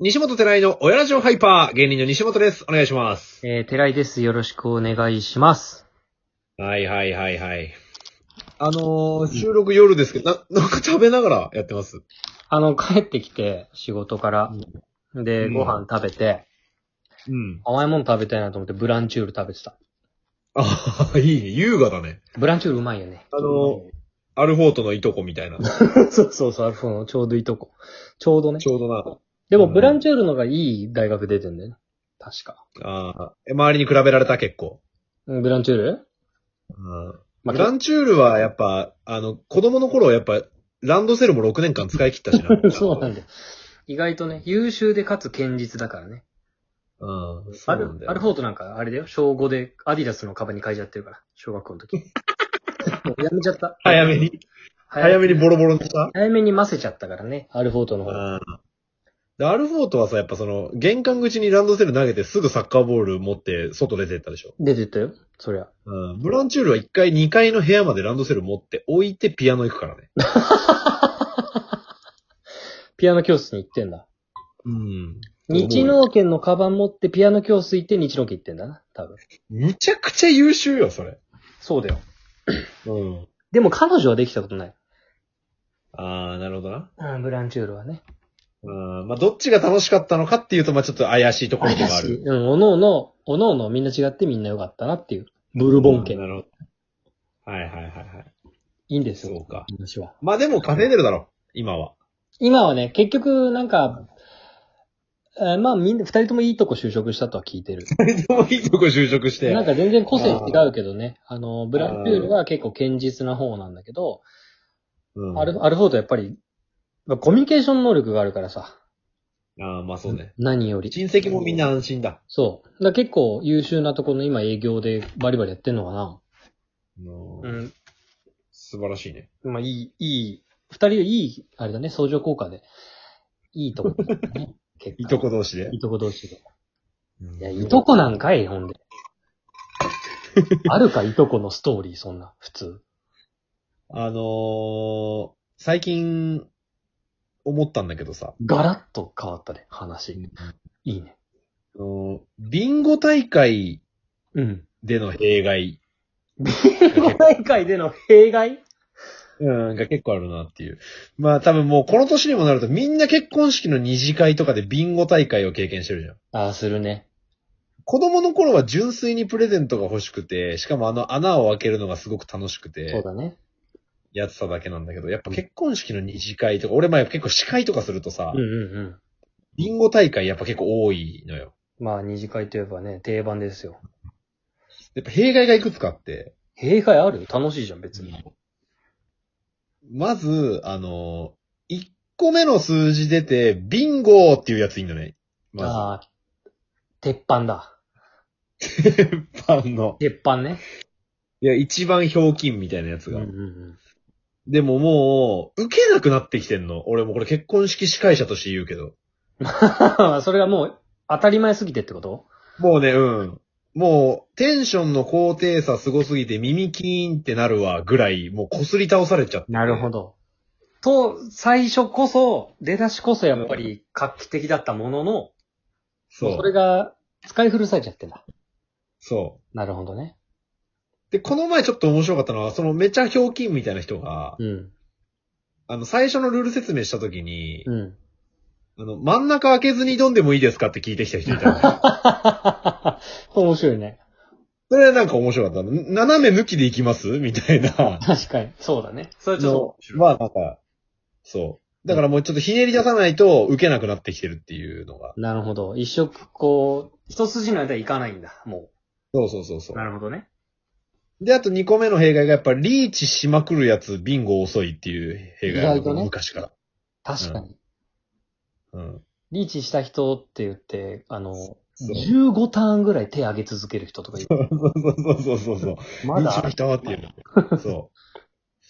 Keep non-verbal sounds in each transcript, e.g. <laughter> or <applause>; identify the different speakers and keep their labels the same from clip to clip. Speaker 1: 西本寺井の親ラジオハイパー、芸人の西本です。お願いします。
Speaker 2: えー、寺井です。よろしくお願いします。
Speaker 1: はいはいはいはい。あのー、収録夜ですけど、な、なんか食べながらやってます。
Speaker 2: あの、帰ってきて、仕事から。で、
Speaker 1: うん
Speaker 2: ご飯食べて、
Speaker 1: うん。
Speaker 2: 甘いもの食べたいなと思ってブランチュール食べてた。
Speaker 1: ああ、いいね。優雅だね。
Speaker 2: ブランチュールうまいよね。
Speaker 1: あのアルフォートのいとこみたいな。
Speaker 2: <laughs> そうそうそう、アルフォーのちょうどいいとこ。ちょうどね
Speaker 1: ち。ょうどな。
Speaker 2: で
Speaker 1: う
Speaker 2: も、
Speaker 1: ん
Speaker 2: ブランチュールのがいい大学出てんだよね。確か。
Speaker 1: ああ、え周りに比べられた結構。
Speaker 2: うんブランチュール
Speaker 1: うん。
Speaker 2: ま
Speaker 1: ブランチュールはやっぱ、あの、子供の頃はやっぱ、ランドセルも6年間使い切ったしな。
Speaker 2: あ <laughs> そうなんだよ。意外とね、優秀でかつ堅実だからね。
Speaker 1: うん。そ
Speaker 2: ア
Speaker 1: うな
Speaker 2: ル
Speaker 1: んだよ。
Speaker 2: アルフォートなんか、あれだよ。小5でアディダスのカバンに変えちゃってるから。小学校の
Speaker 1: <laughs>
Speaker 2: 時。もうやめちゃった。
Speaker 1: 早めに、
Speaker 2: 早
Speaker 1: 早めにボロボロにした
Speaker 2: 早めにませちゃったからね、アルフォートの方。
Speaker 1: で、アルフォートはさ、やっぱその、玄関口にランドセル投げてすぐサッカーボール持って外出てったでしょ。
Speaker 2: 出てったよ、そりゃ。
Speaker 1: うん。ブランチュールは1階、2階の部屋までランドセル持って置いてピアノ行くからね。
Speaker 2: ピアノ教室に行ってんだ。
Speaker 1: うん。
Speaker 2: 日農研のカバン持ってピアノ教室行って日農研行ってんだな、多分。
Speaker 1: むちゃくちゃ優秀よ、それ。
Speaker 2: そうだよ。
Speaker 1: うん。
Speaker 2: でも彼女はできたことない。
Speaker 1: あー、なるほどな。
Speaker 2: うん、ブランチュールはね。
Speaker 1: うん。まあ、どっちが楽しかったのかっていうと、まあ、ちょっと怪しいところ
Speaker 2: 怪
Speaker 1: ではあ
Speaker 2: しい。
Speaker 1: る。
Speaker 2: うん、おのおの、おのおのみんな違ってみんな良かったなっていう。ブルボン
Speaker 1: う
Speaker 2: 家
Speaker 1: ん。なるほど。はいはいはいはい。
Speaker 2: いいんです
Speaker 1: そ
Speaker 2: よ、
Speaker 1: うか。
Speaker 2: 話は。
Speaker 1: まあ、でも稼いでるだろ、今は。 <laughs>
Speaker 2: 今はね、結局、なんか、えーまあみんな、二人ともいいとこ就職したとは聞いてる。
Speaker 1: でもいいとこ就職して。
Speaker 2: なんか全然個性違うけどね。あの、ブランチュールは結構堅実な方なんだけど、
Speaker 1: うん、
Speaker 2: アルアルフォートやっぱり、まあコミュニケーション能力があるからさ。
Speaker 1: あー、まあそうね。
Speaker 2: 何より。
Speaker 1: 親戚もみんな安心だ。
Speaker 2: そう。だから結構優秀なところの今営業でバリバリやってんのかな。
Speaker 1: う、
Speaker 2: うんん。
Speaker 1: 素晴らしいね。
Speaker 2: まあいい、いい、二人でいい、あれだね、相乗効果で。いいとこだった
Speaker 1: <laughs>
Speaker 2: ね。結果
Speaker 1: いとこ同士で
Speaker 2: い。いとこ同士で。
Speaker 1: い
Speaker 2: いや、いとこなんかい、ほんで。あるか、いとこのストーリー、そんな、普通。
Speaker 1: あのー、最近、思ったんだけどさ、
Speaker 2: ガラッと変わったね、話。
Speaker 1: うん
Speaker 2: いいね。
Speaker 1: あのービンゴ大会 <laughs>
Speaker 2: うん。
Speaker 1: での弊害、
Speaker 2: 大会での弊害
Speaker 1: うん、が結構あるなっていう。まあ多分もうこの年にもなるとみんな結婚式の二次会とかでビンゴ大会を経験してるじゃん。
Speaker 2: ああ、するね。
Speaker 1: 子供の頃は純粋にプレゼントが欲しくて、しかもあの穴を開けるのがすごく楽しくて。
Speaker 2: そうだね。
Speaker 1: やってただけなんだけど、やっぱ結婚式の二次会とか、俺前結構司会とかするとさ、
Speaker 2: うんうんうん。
Speaker 1: ビンゴ大会やっぱ結構多いのよ。
Speaker 2: まあ、二次会といえばね、定番ですよ。
Speaker 1: やっぱ弊害がいくつかあって、
Speaker 2: 弊害ある楽しいじゃん、別に。
Speaker 1: まず、あの、1個目の数字出て、ビンゴっていうやついんのね。ま
Speaker 2: ああ、鉄板だ。
Speaker 1: ず、鉄板の。
Speaker 2: 鉄板ね。
Speaker 1: いや、一番ひょうきんみたいなやつ
Speaker 2: うん
Speaker 1: が。
Speaker 2: うんうん。
Speaker 1: でももう、受けなくなってきてんの。俺もこれ結婚式司会者として言うけど。
Speaker 2: <laughs> それがもう、当たり前すぎてってこと
Speaker 1: もうね、うん。もう、テンションの高低差すごすぎて耳キーンってなるわぐらい、もう擦り倒されちゃって。
Speaker 2: なるほど。と、最初こそ、出だしこそやっぱり画期的だったものの、
Speaker 1: そう。
Speaker 2: それが使い古されちゃってんだ。
Speaker 1: そ
Speaker 2: なるほどね。
Speaker 1: う。で、この前ちょっと面白かったのは、そのめちゃひょうきんみたいな人が、
Speaker 2: うん。
Speaker 1: あの、最初のルール説明した時に、
Speaker 2: うん。 <laughs>
Speaker 1: あの、真ん中開けずに挑んでもいいですかって聞いてきた人いたの
Speaker 2: <laughs>
Speaker 1: ね。
Speaker 2: 面白いね。。
Speaker 1: それはなんか面白かったの。ん斜め抜きでいきますみたいな
Speaker 2: 確かに。そうだね。 <laughs> それちょ
Speaker 1: の
Speaker 2: っと、
Speaker 1: まあなんか、そう。だからもうちょっとひねり出さないと受けなくなってきてるっていうのが。
Speaker 2: なるほど。一色、こう、一筋の間いかないんだ。も。
Speaker 1: そうそうそうそうう。
Speaker 2: なるほどね。
Speaker 1: で、あと2個目の弊害がやっぱリーチしまくるやつ、ビンゴ遅いっていう弊害が
Speaker 2: 意外とね
Speaker 1: 昔から。
Speaker 2: 確かに。
Speaker 1: うん。
Speaker 2: リーチした人って言って、あの、
Speaker 1: そう
Speaker 2: 15ターンぐらい手上げ続ける人とかいる。
Speaker 1: そうそうそうそう。
Speaker 2: ま
Speaker 1: リー
Speaker 2: だ
Speaker 1: チ
Speaker 2: あ
Speaker 1: の
Speaker 2: る
Speaker 1: 人って
Speaker 2: <laughs>
Speaker 1: いうの。そ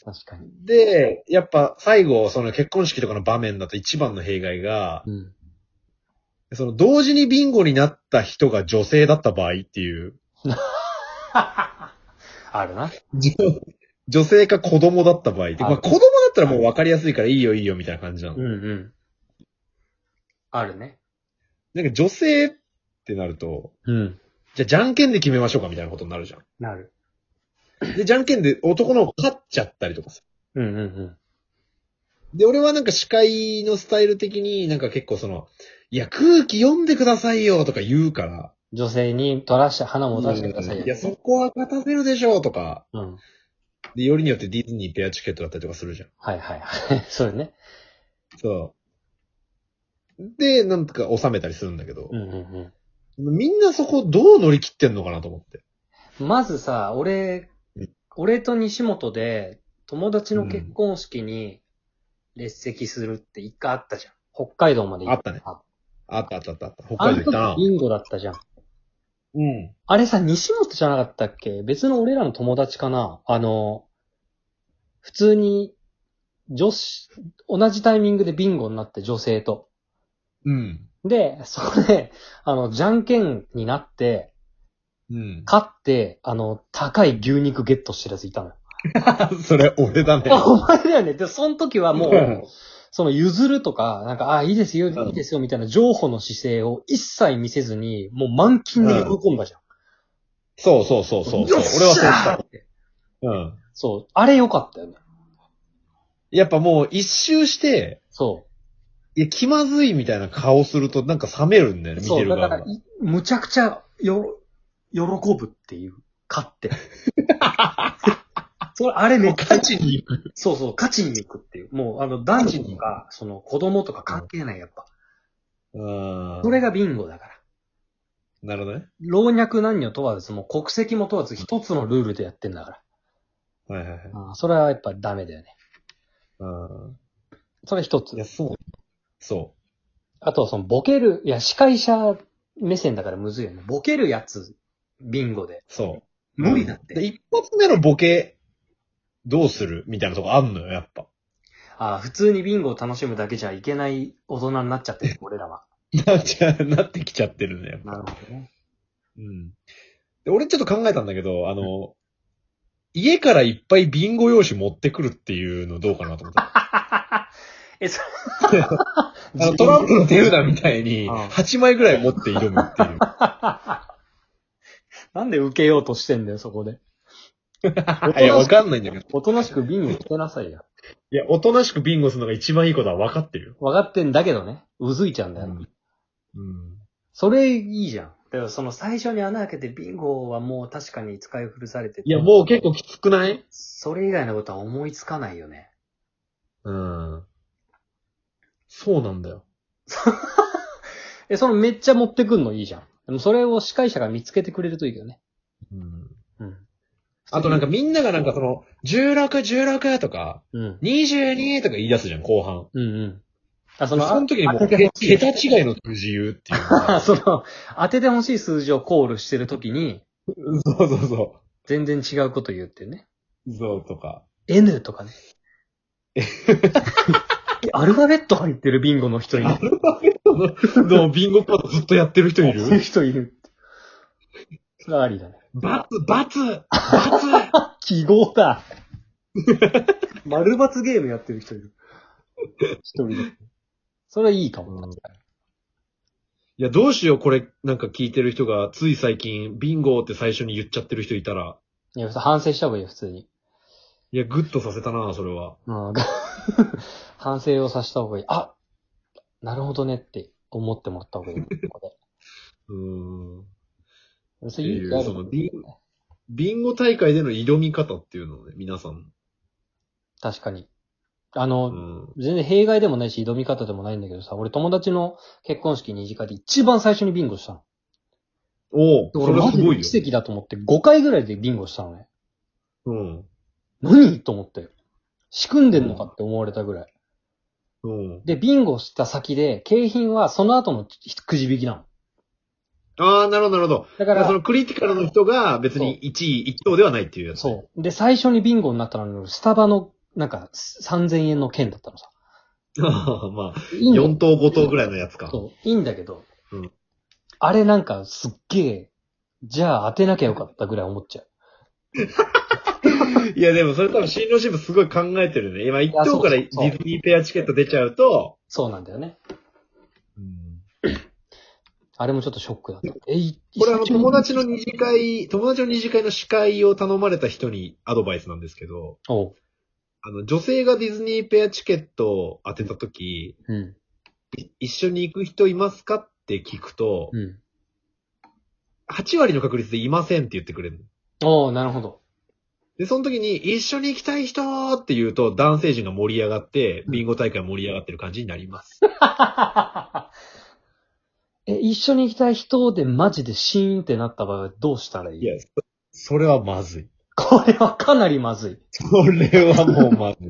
Speaker 2: 確かに。
Speaker 1: う。で、やっぱ最後、その結婚式とかの場面だと一番の弊害が、
Speaker 2: うん。
Speaker 1: その同時にビンゴになった人が女性だった場合っていう、
Speaker 2: あるな。
Speaker 1: 女女性か子供だった場合って、
Speaker 2: あ
Speaker 1: まあ子供だったらもう分かりやすいからいいよいいよみたいな感じなの。
Speaker 2: うんうん。あるね。
Speaker 1: なんか女性ってなると、
Speaker 2: うん。
Speaker 1: じゃあじゃんけんで決めましょうかみたいなことになるじゃ
Speaker 2: なる。
Speaker 1: ん。で、じゃんけんで男の子勝っちゃったりとかさ。
Speaker 2: うんうんうん。
Speaker 1: で、俺はなんか司会のスタイル的になんか結構その、いや、空気読んでくださいよとか言うから。
Speaker 2: 女性に取らして、花も出してくださいよ。
Speaker 1: いや、そこは勝たせるでしょうとか。
Speaker 2: うん。
Speaker 1: で、よりによってディズニーペアチケットだったりとかするじゃん。
Speaker 2: はいはいはい。 <laughs> そうよね。
Speaker 1: そう。で、なんとか収めたりするんだけど、
Speaker 2: うんうん
Speaker 1: みんなそこどう乗り切ってんのかなと思って。
Speaker 2: うん。まずさ、俺
Speaker 1: うん、
Speaker 2: 俺と西本で、友達の結婚式に列席するって一回あったじゃん。北海道まで行
Speaker 1: あっ
Speaker 2: あ
Speaker 1: あったあったあったあった。北
Speaker 2: あ
Speaker 1: 海道行
Speaker 2: の
Speaker 1: ったな
Speaker 2: 時。ビンゴだったじゃん。
Speaker 1: うん。
Speaker 2: あれさ、西本じゃなかったっけ別の俺らの友達かなあの、普通に、女子、同じタイミングでビンゴになって女性と。
Speaker 1: うん。
Speaker 2: で、そこで、あの、じゃんけんになって、
Speaker 1: うん。 <laughs>
Speaker 2: 勝って、あの、高い牛肉ゲットしてるやついたのよ。
Speaker 1: それ、俺だね。
Speaker 2: あ、お前だよね。で、その時はも
Speaker 1: うん
Speaker 2: う、その譲るとか、なんか、あ、いいですよ、
Speaker 1: ん
Speaker 2: いいですよ、みたいな情報の姿勢を一切見せずに、もう満金で喜んだじゃん。
Speaker 1: そうそうそうそう。
Speaker 2: よっしゃー
Speaker 1: 俺はそうした。うん。
Speaker 2: そう。あれ良かったよね。
Speaker 1: やっぱもう一周して、
Speaker 2: そう。
Speaker 1: いや、気まずいみたいな顔するとなんか冷めるんだよね、見
Speaker 2: そ
Speaker 1: て
Speaker 2: う、
Speaker 1: る
Speaker 2: だ
Speaker 1: 側
Speaker 2: から
Speaker 1: が。、
Speaker 2: いむちゃくちゃ、よろ、喜ぶっていう、勝って。 <laughs> それ、あれめっちゃ、
Speaker 1: ちに行く。
Speaker 2: そうそう、勝ちに行くっていう。もう、あの、男児とか、その、子供とか関係ない、やっぱ。
Speaker 1: うん。
Speaker 2: それがビンゴだから。
Speaker 1: なるほどね。
Speaker 2: 老若男女問わず、もう国籍も問わず、一つのルールでやってんだか
Speaker 1: はいはいはい。
Speaker 2: ら。うん、それはやっぱダメだよね。
Speaker 1: うん。
Speaker 2: それ一
Speaker 1: い
Speaker 2: つ
Speaker 1: や、。そう。そ
Speaker 2: あとはその、ボケる、いや、司会者目線だからむずいよね。ボケるやつ、ビンゴで。
Speaker 1: う。そう。
Speaker 2: 無理だって。
Speaker 1: で一発目のボケ、どうするみたいなとこあんのよ、やっぱ。
Speaker 2: ああ、普通にビンゴを楽しむだけじゃいけない大人になっちゃってる、俺らは。
Speaker 1: なっちゃ、なってきちゃってるね、やっぱ。
Speaker 2: るほどね。
Speaker 1: うん。で、俺ちょっと考えたんだけど、あの、家からいっぱいビンゴ用紙持ってくるっていうのどうかなと思った。
Speaker 2: <laughs>
Speaker 1: <laughs>
Speaker 2: え、そ
Speaker 1: あの、トランプの手札みたいに、
Speaker 2: うん
Speaker 1: 8枚ぐらい持って挑むっていう。
Speaker 2: <laughs> なんで受けようとしてんだよ、そこ
Speaker 1: <laughs>
Speaker 2: で。
Speaker 1: いや、わかんないんだけど。
Speaker 2: おとなしくビンゴ来てなさいよ。
Speaker 1: いや、おとなしくビンゴするのが一番いいことはわかってるよ。
Speaker 2: 分かってんだけどね。うずいちゃうん
Speaker 1: う
Speaker 2: だよな。
Speaker 1: ん。うん。
Speaker 2: それいいじゃん。だからその最初に穴開けてビンゴはもう確かに使い古されてて
Speaker 1: いや、もう結構きつくない
Speaker 2: それ以外のことは思いつかないよね。
Speaker 1: うん。そうなんだよ。
Speaker 2: え、そのめっちゃ持ってくんのいいじゃん。でもそれを司会者が見つけてくれるといいけどね。
Speaker 1: うん。
Speaker 2: うん。
Speaker 1: あとなんか、みんながなんかその、16、16とか、
Speaker 2: うん。
Speaker 1: 22とか言い出すじゃん、後半。
Speaker 2: うんうん。あ、
Speaker 1: そ
Speaker 2: その、
Speaker 1: の時にも
Speaker 2: 当
Speaker 1: う、
Speaker 2: てて
Speaker 1: け
Speaker 2: ほしい
Speaker 1: 桁違いの数字言うっていう。
Speaker 2: あ <laughs> その、当ててほしい数字をコールしてるときに、
Speaker 1: そうそうそ
Speaker 2: 全然違うこと言うっていうね。
Speaker 1: う。そうとか。
Speaker 2: N と
Speaker 1: <laughs>
Speaker 2: かね。アルファベット入ってるビンゴの人いる。
Speaker 1: のビンゴパートずっとやってる人い
Speaker 2: そういう
Speaker 1: る
Speaker 2: 人いる。それはありだね。
Speaker 1: バツ、バツ、バツ
Speaker 2: 記号だ。丸抜ゲームやってる人いる。一人で。それはいいかも。
Speaker 1: うんいや、どうしよう、これ、なんか聞いてる人が、つい最近、ビンゴって最初に言っちゃってる人いたら。
Speaker 2: いや、反省した方がいいよ、普通に。
Speaker 1: いや、グッとさせたな、それは。
Speaker 2: うん、 <laughs> 反省をさせた方がいい。あなるほどねって思ってもらった方がいい。
Speaker 1: <laughs>
Speaker 2: ここ
Speaker 1: うーん。
Speaker 2: で。
Speaker 1: て
Speaker 2: そう
Speaker 1: い
Speaker 2: いううやる
Speaker 1: そのビンビンゴ大会での挑み方っていうのをね、皆さん。
Speaker 2: 確かに。あ
Speaker 1: う
Speaker 2: の、
Speaker 1: ん。
Speaker 2: 全然弊害でもないし、挑み方でもないんだけどさ、俺友達の結婚式二次会で一番最初にビンゴしたの。
Speaker 1: おお、そ
Speaker 2: 俺
Speaker 1: れ
Speaker 2: マ
Speaker 1: す
Speaker 2: ジ
Speaker 1: ご
Speaker 2: で
Speaker 1: いよ。
Speaker 2: 奇跡だと思って5回ぐらいでビンゴしたのね。
Speaker 1: うん。
Speaker 2: 何と思って。仕組んでんのかって思われたぐらい。
Speaker 1: うん。
Speaker 2: で、ビンゴした先で、景品はその後のくじ引きなの。
Speaker 1: ああ、なるほど、なるほど。だ
Speaker 2: だか
Speaker 1: から
Speaker 2: ら
Speaker 1: そ、のクリティカルの人が別に1位、1等ではないっていうやつ。
Speaker 2: そう。で、最初にビンゴになったのに、スタバの、なんか、3000円の券だったのさ。
Speaker 1: う。 <laughs> まあ、
Speaker 2: いいんだ
Speaker 1: 4等、5等ぐらいのやつか。
Speaker 2: そう、いいんだけど、
Speaker 1: うん
Speaker 2: あれなんかすっげえ、じゃあ当てなきゃよかったぐらい思っちゃう。
Speaker 1: いや、でもそれ多分新郎新婦すごい考えてるね。今1等から
Speaker 2: い
Speaker 1: デ
Speaker 2: やそうそう
Speaker 1: ィズニーペアチケット出ちゃうと、
Speaker 2: そうなんだよね。あれもちょっとショックだった。え、い
Speaker 1: これあの友達の二次会、友達の二次会の司会を頼まれた人にアドバイスなんですけど、
Speaker 2: おう。
Speaker 1: あの、女性がディズニーペアチケットを当てたとき、
Speaker 2: うん。
Speaker 1: い一緒に行く人いますかって聞くと、
Speaker 2: うん。
Speaker 1: 8割の確率でいませんって言ってくれるの。
Speaker 2: おう、なるほど。 <laughs>
Speaker 1: で、その時に一緒に行きたい人って言うと男性陣が盛り上がって、ビンゴ大会盛り上がってる感じになります。
Speaker 2: え、一緒に行きたい人でマジでシーンってなった場合はどうしたらいい
Speaker 1: いや、そそれはまずい。
Speaker 2: これはかなりまず
Speaker 1: それはもう <laughs> まずい。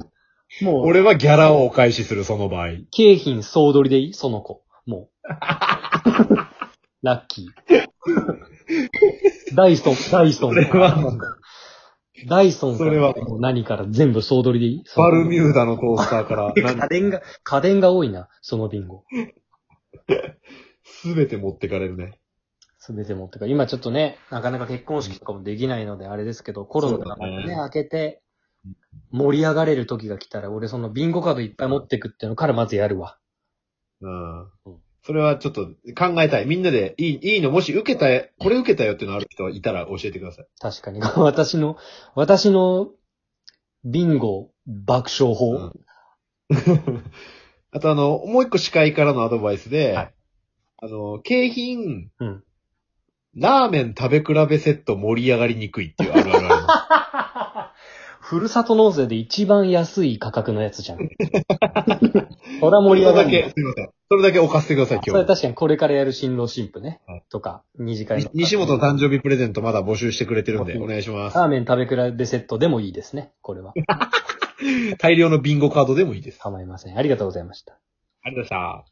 Speaker 2: い。もう、
Speaker 1: 俺はギャラをお返しする、その場合。
Speaker 2: 景品総取りでいいその子。も
Speaker 1: <laughs>
Speaker 2: う。ラッキー。ダイソン、ダイソ
Speaker 1: そ
Speaker 2: ン
Speaker 1: れ
Speaker 2: から。
Speaker 1: は、
Speaker 2: ダイソンか
Speaker 1: それ
Speaker 2: ら
Speaker 1: は
Speaker 2: 何から全部総取りでいい
Speaker 1: <laughs> バルミューダのトースターから、 <laughs>
Speaker 2: 家電が、家電が多いな、そのビンゴ。
Speaker 1: すべて持ってかれるね。
Speaker 2: すべて持ってか。今ちょっとね、なかなか結婚式とかもできないので、あれですけど、コロナが
Speaker 1: そうだ
Speaker 2: ね、
Speaker 1: ね
Speaker 2: 明けて、盛り上がれる時が来たら、俺そのビンゴカードいっぱい持ってくっていうのからまずやるわ。
Speaker 1: うん
Speaker 2: うん。
Speaker 1: それはちょっと考えたい。みんなで、いい、いいの、もし受けた、これ受けたよっていうのある人はいたら教えてください。
Speaker 2: 確かに。 <laughs> 私の、私の、ビンゴ爆笑法。
Speaker 1: うん <laughs> あとあの、もう一個司会からのアドバイスで、
Speaker 2: はい
Speaker 1: あの、景品、
Speaker 2: うん
Speaker 1: ラーメン食べ比べセット盛り上がりにくいっていうあるあるある。
Speaker 2: <laughs> ふるさと納税で一番安い価格のやつじゃん。 <laughs> そら <laughs> 盛り上が
Speaker 1: それだけ、
Speaker 2: る。
Speaker 1: すいません。それだけお貸してください、
Speaker 2: そ
Speaker 1: 今
Speaker 2: れ
Speaker 1: 日。
Speaker 2: 確かにこれからやる新郎新婦ね
Speaker 1: はい。
Speaker 2: とか、二次会の。
Speaker 1: 西本誕生日プレゼントまだ募集してくれてるんで、
Speaker 2: 募集
Speaker 1: お願いします
Speaker 2: ラ。ーメン食べ比べセットでもいいですね。これは。
Speaker 1: 大量のビンゴカードでもいいです。
Speaker 2: 構いません。ありがとうございました。
Speaker 1: ありがとうございました。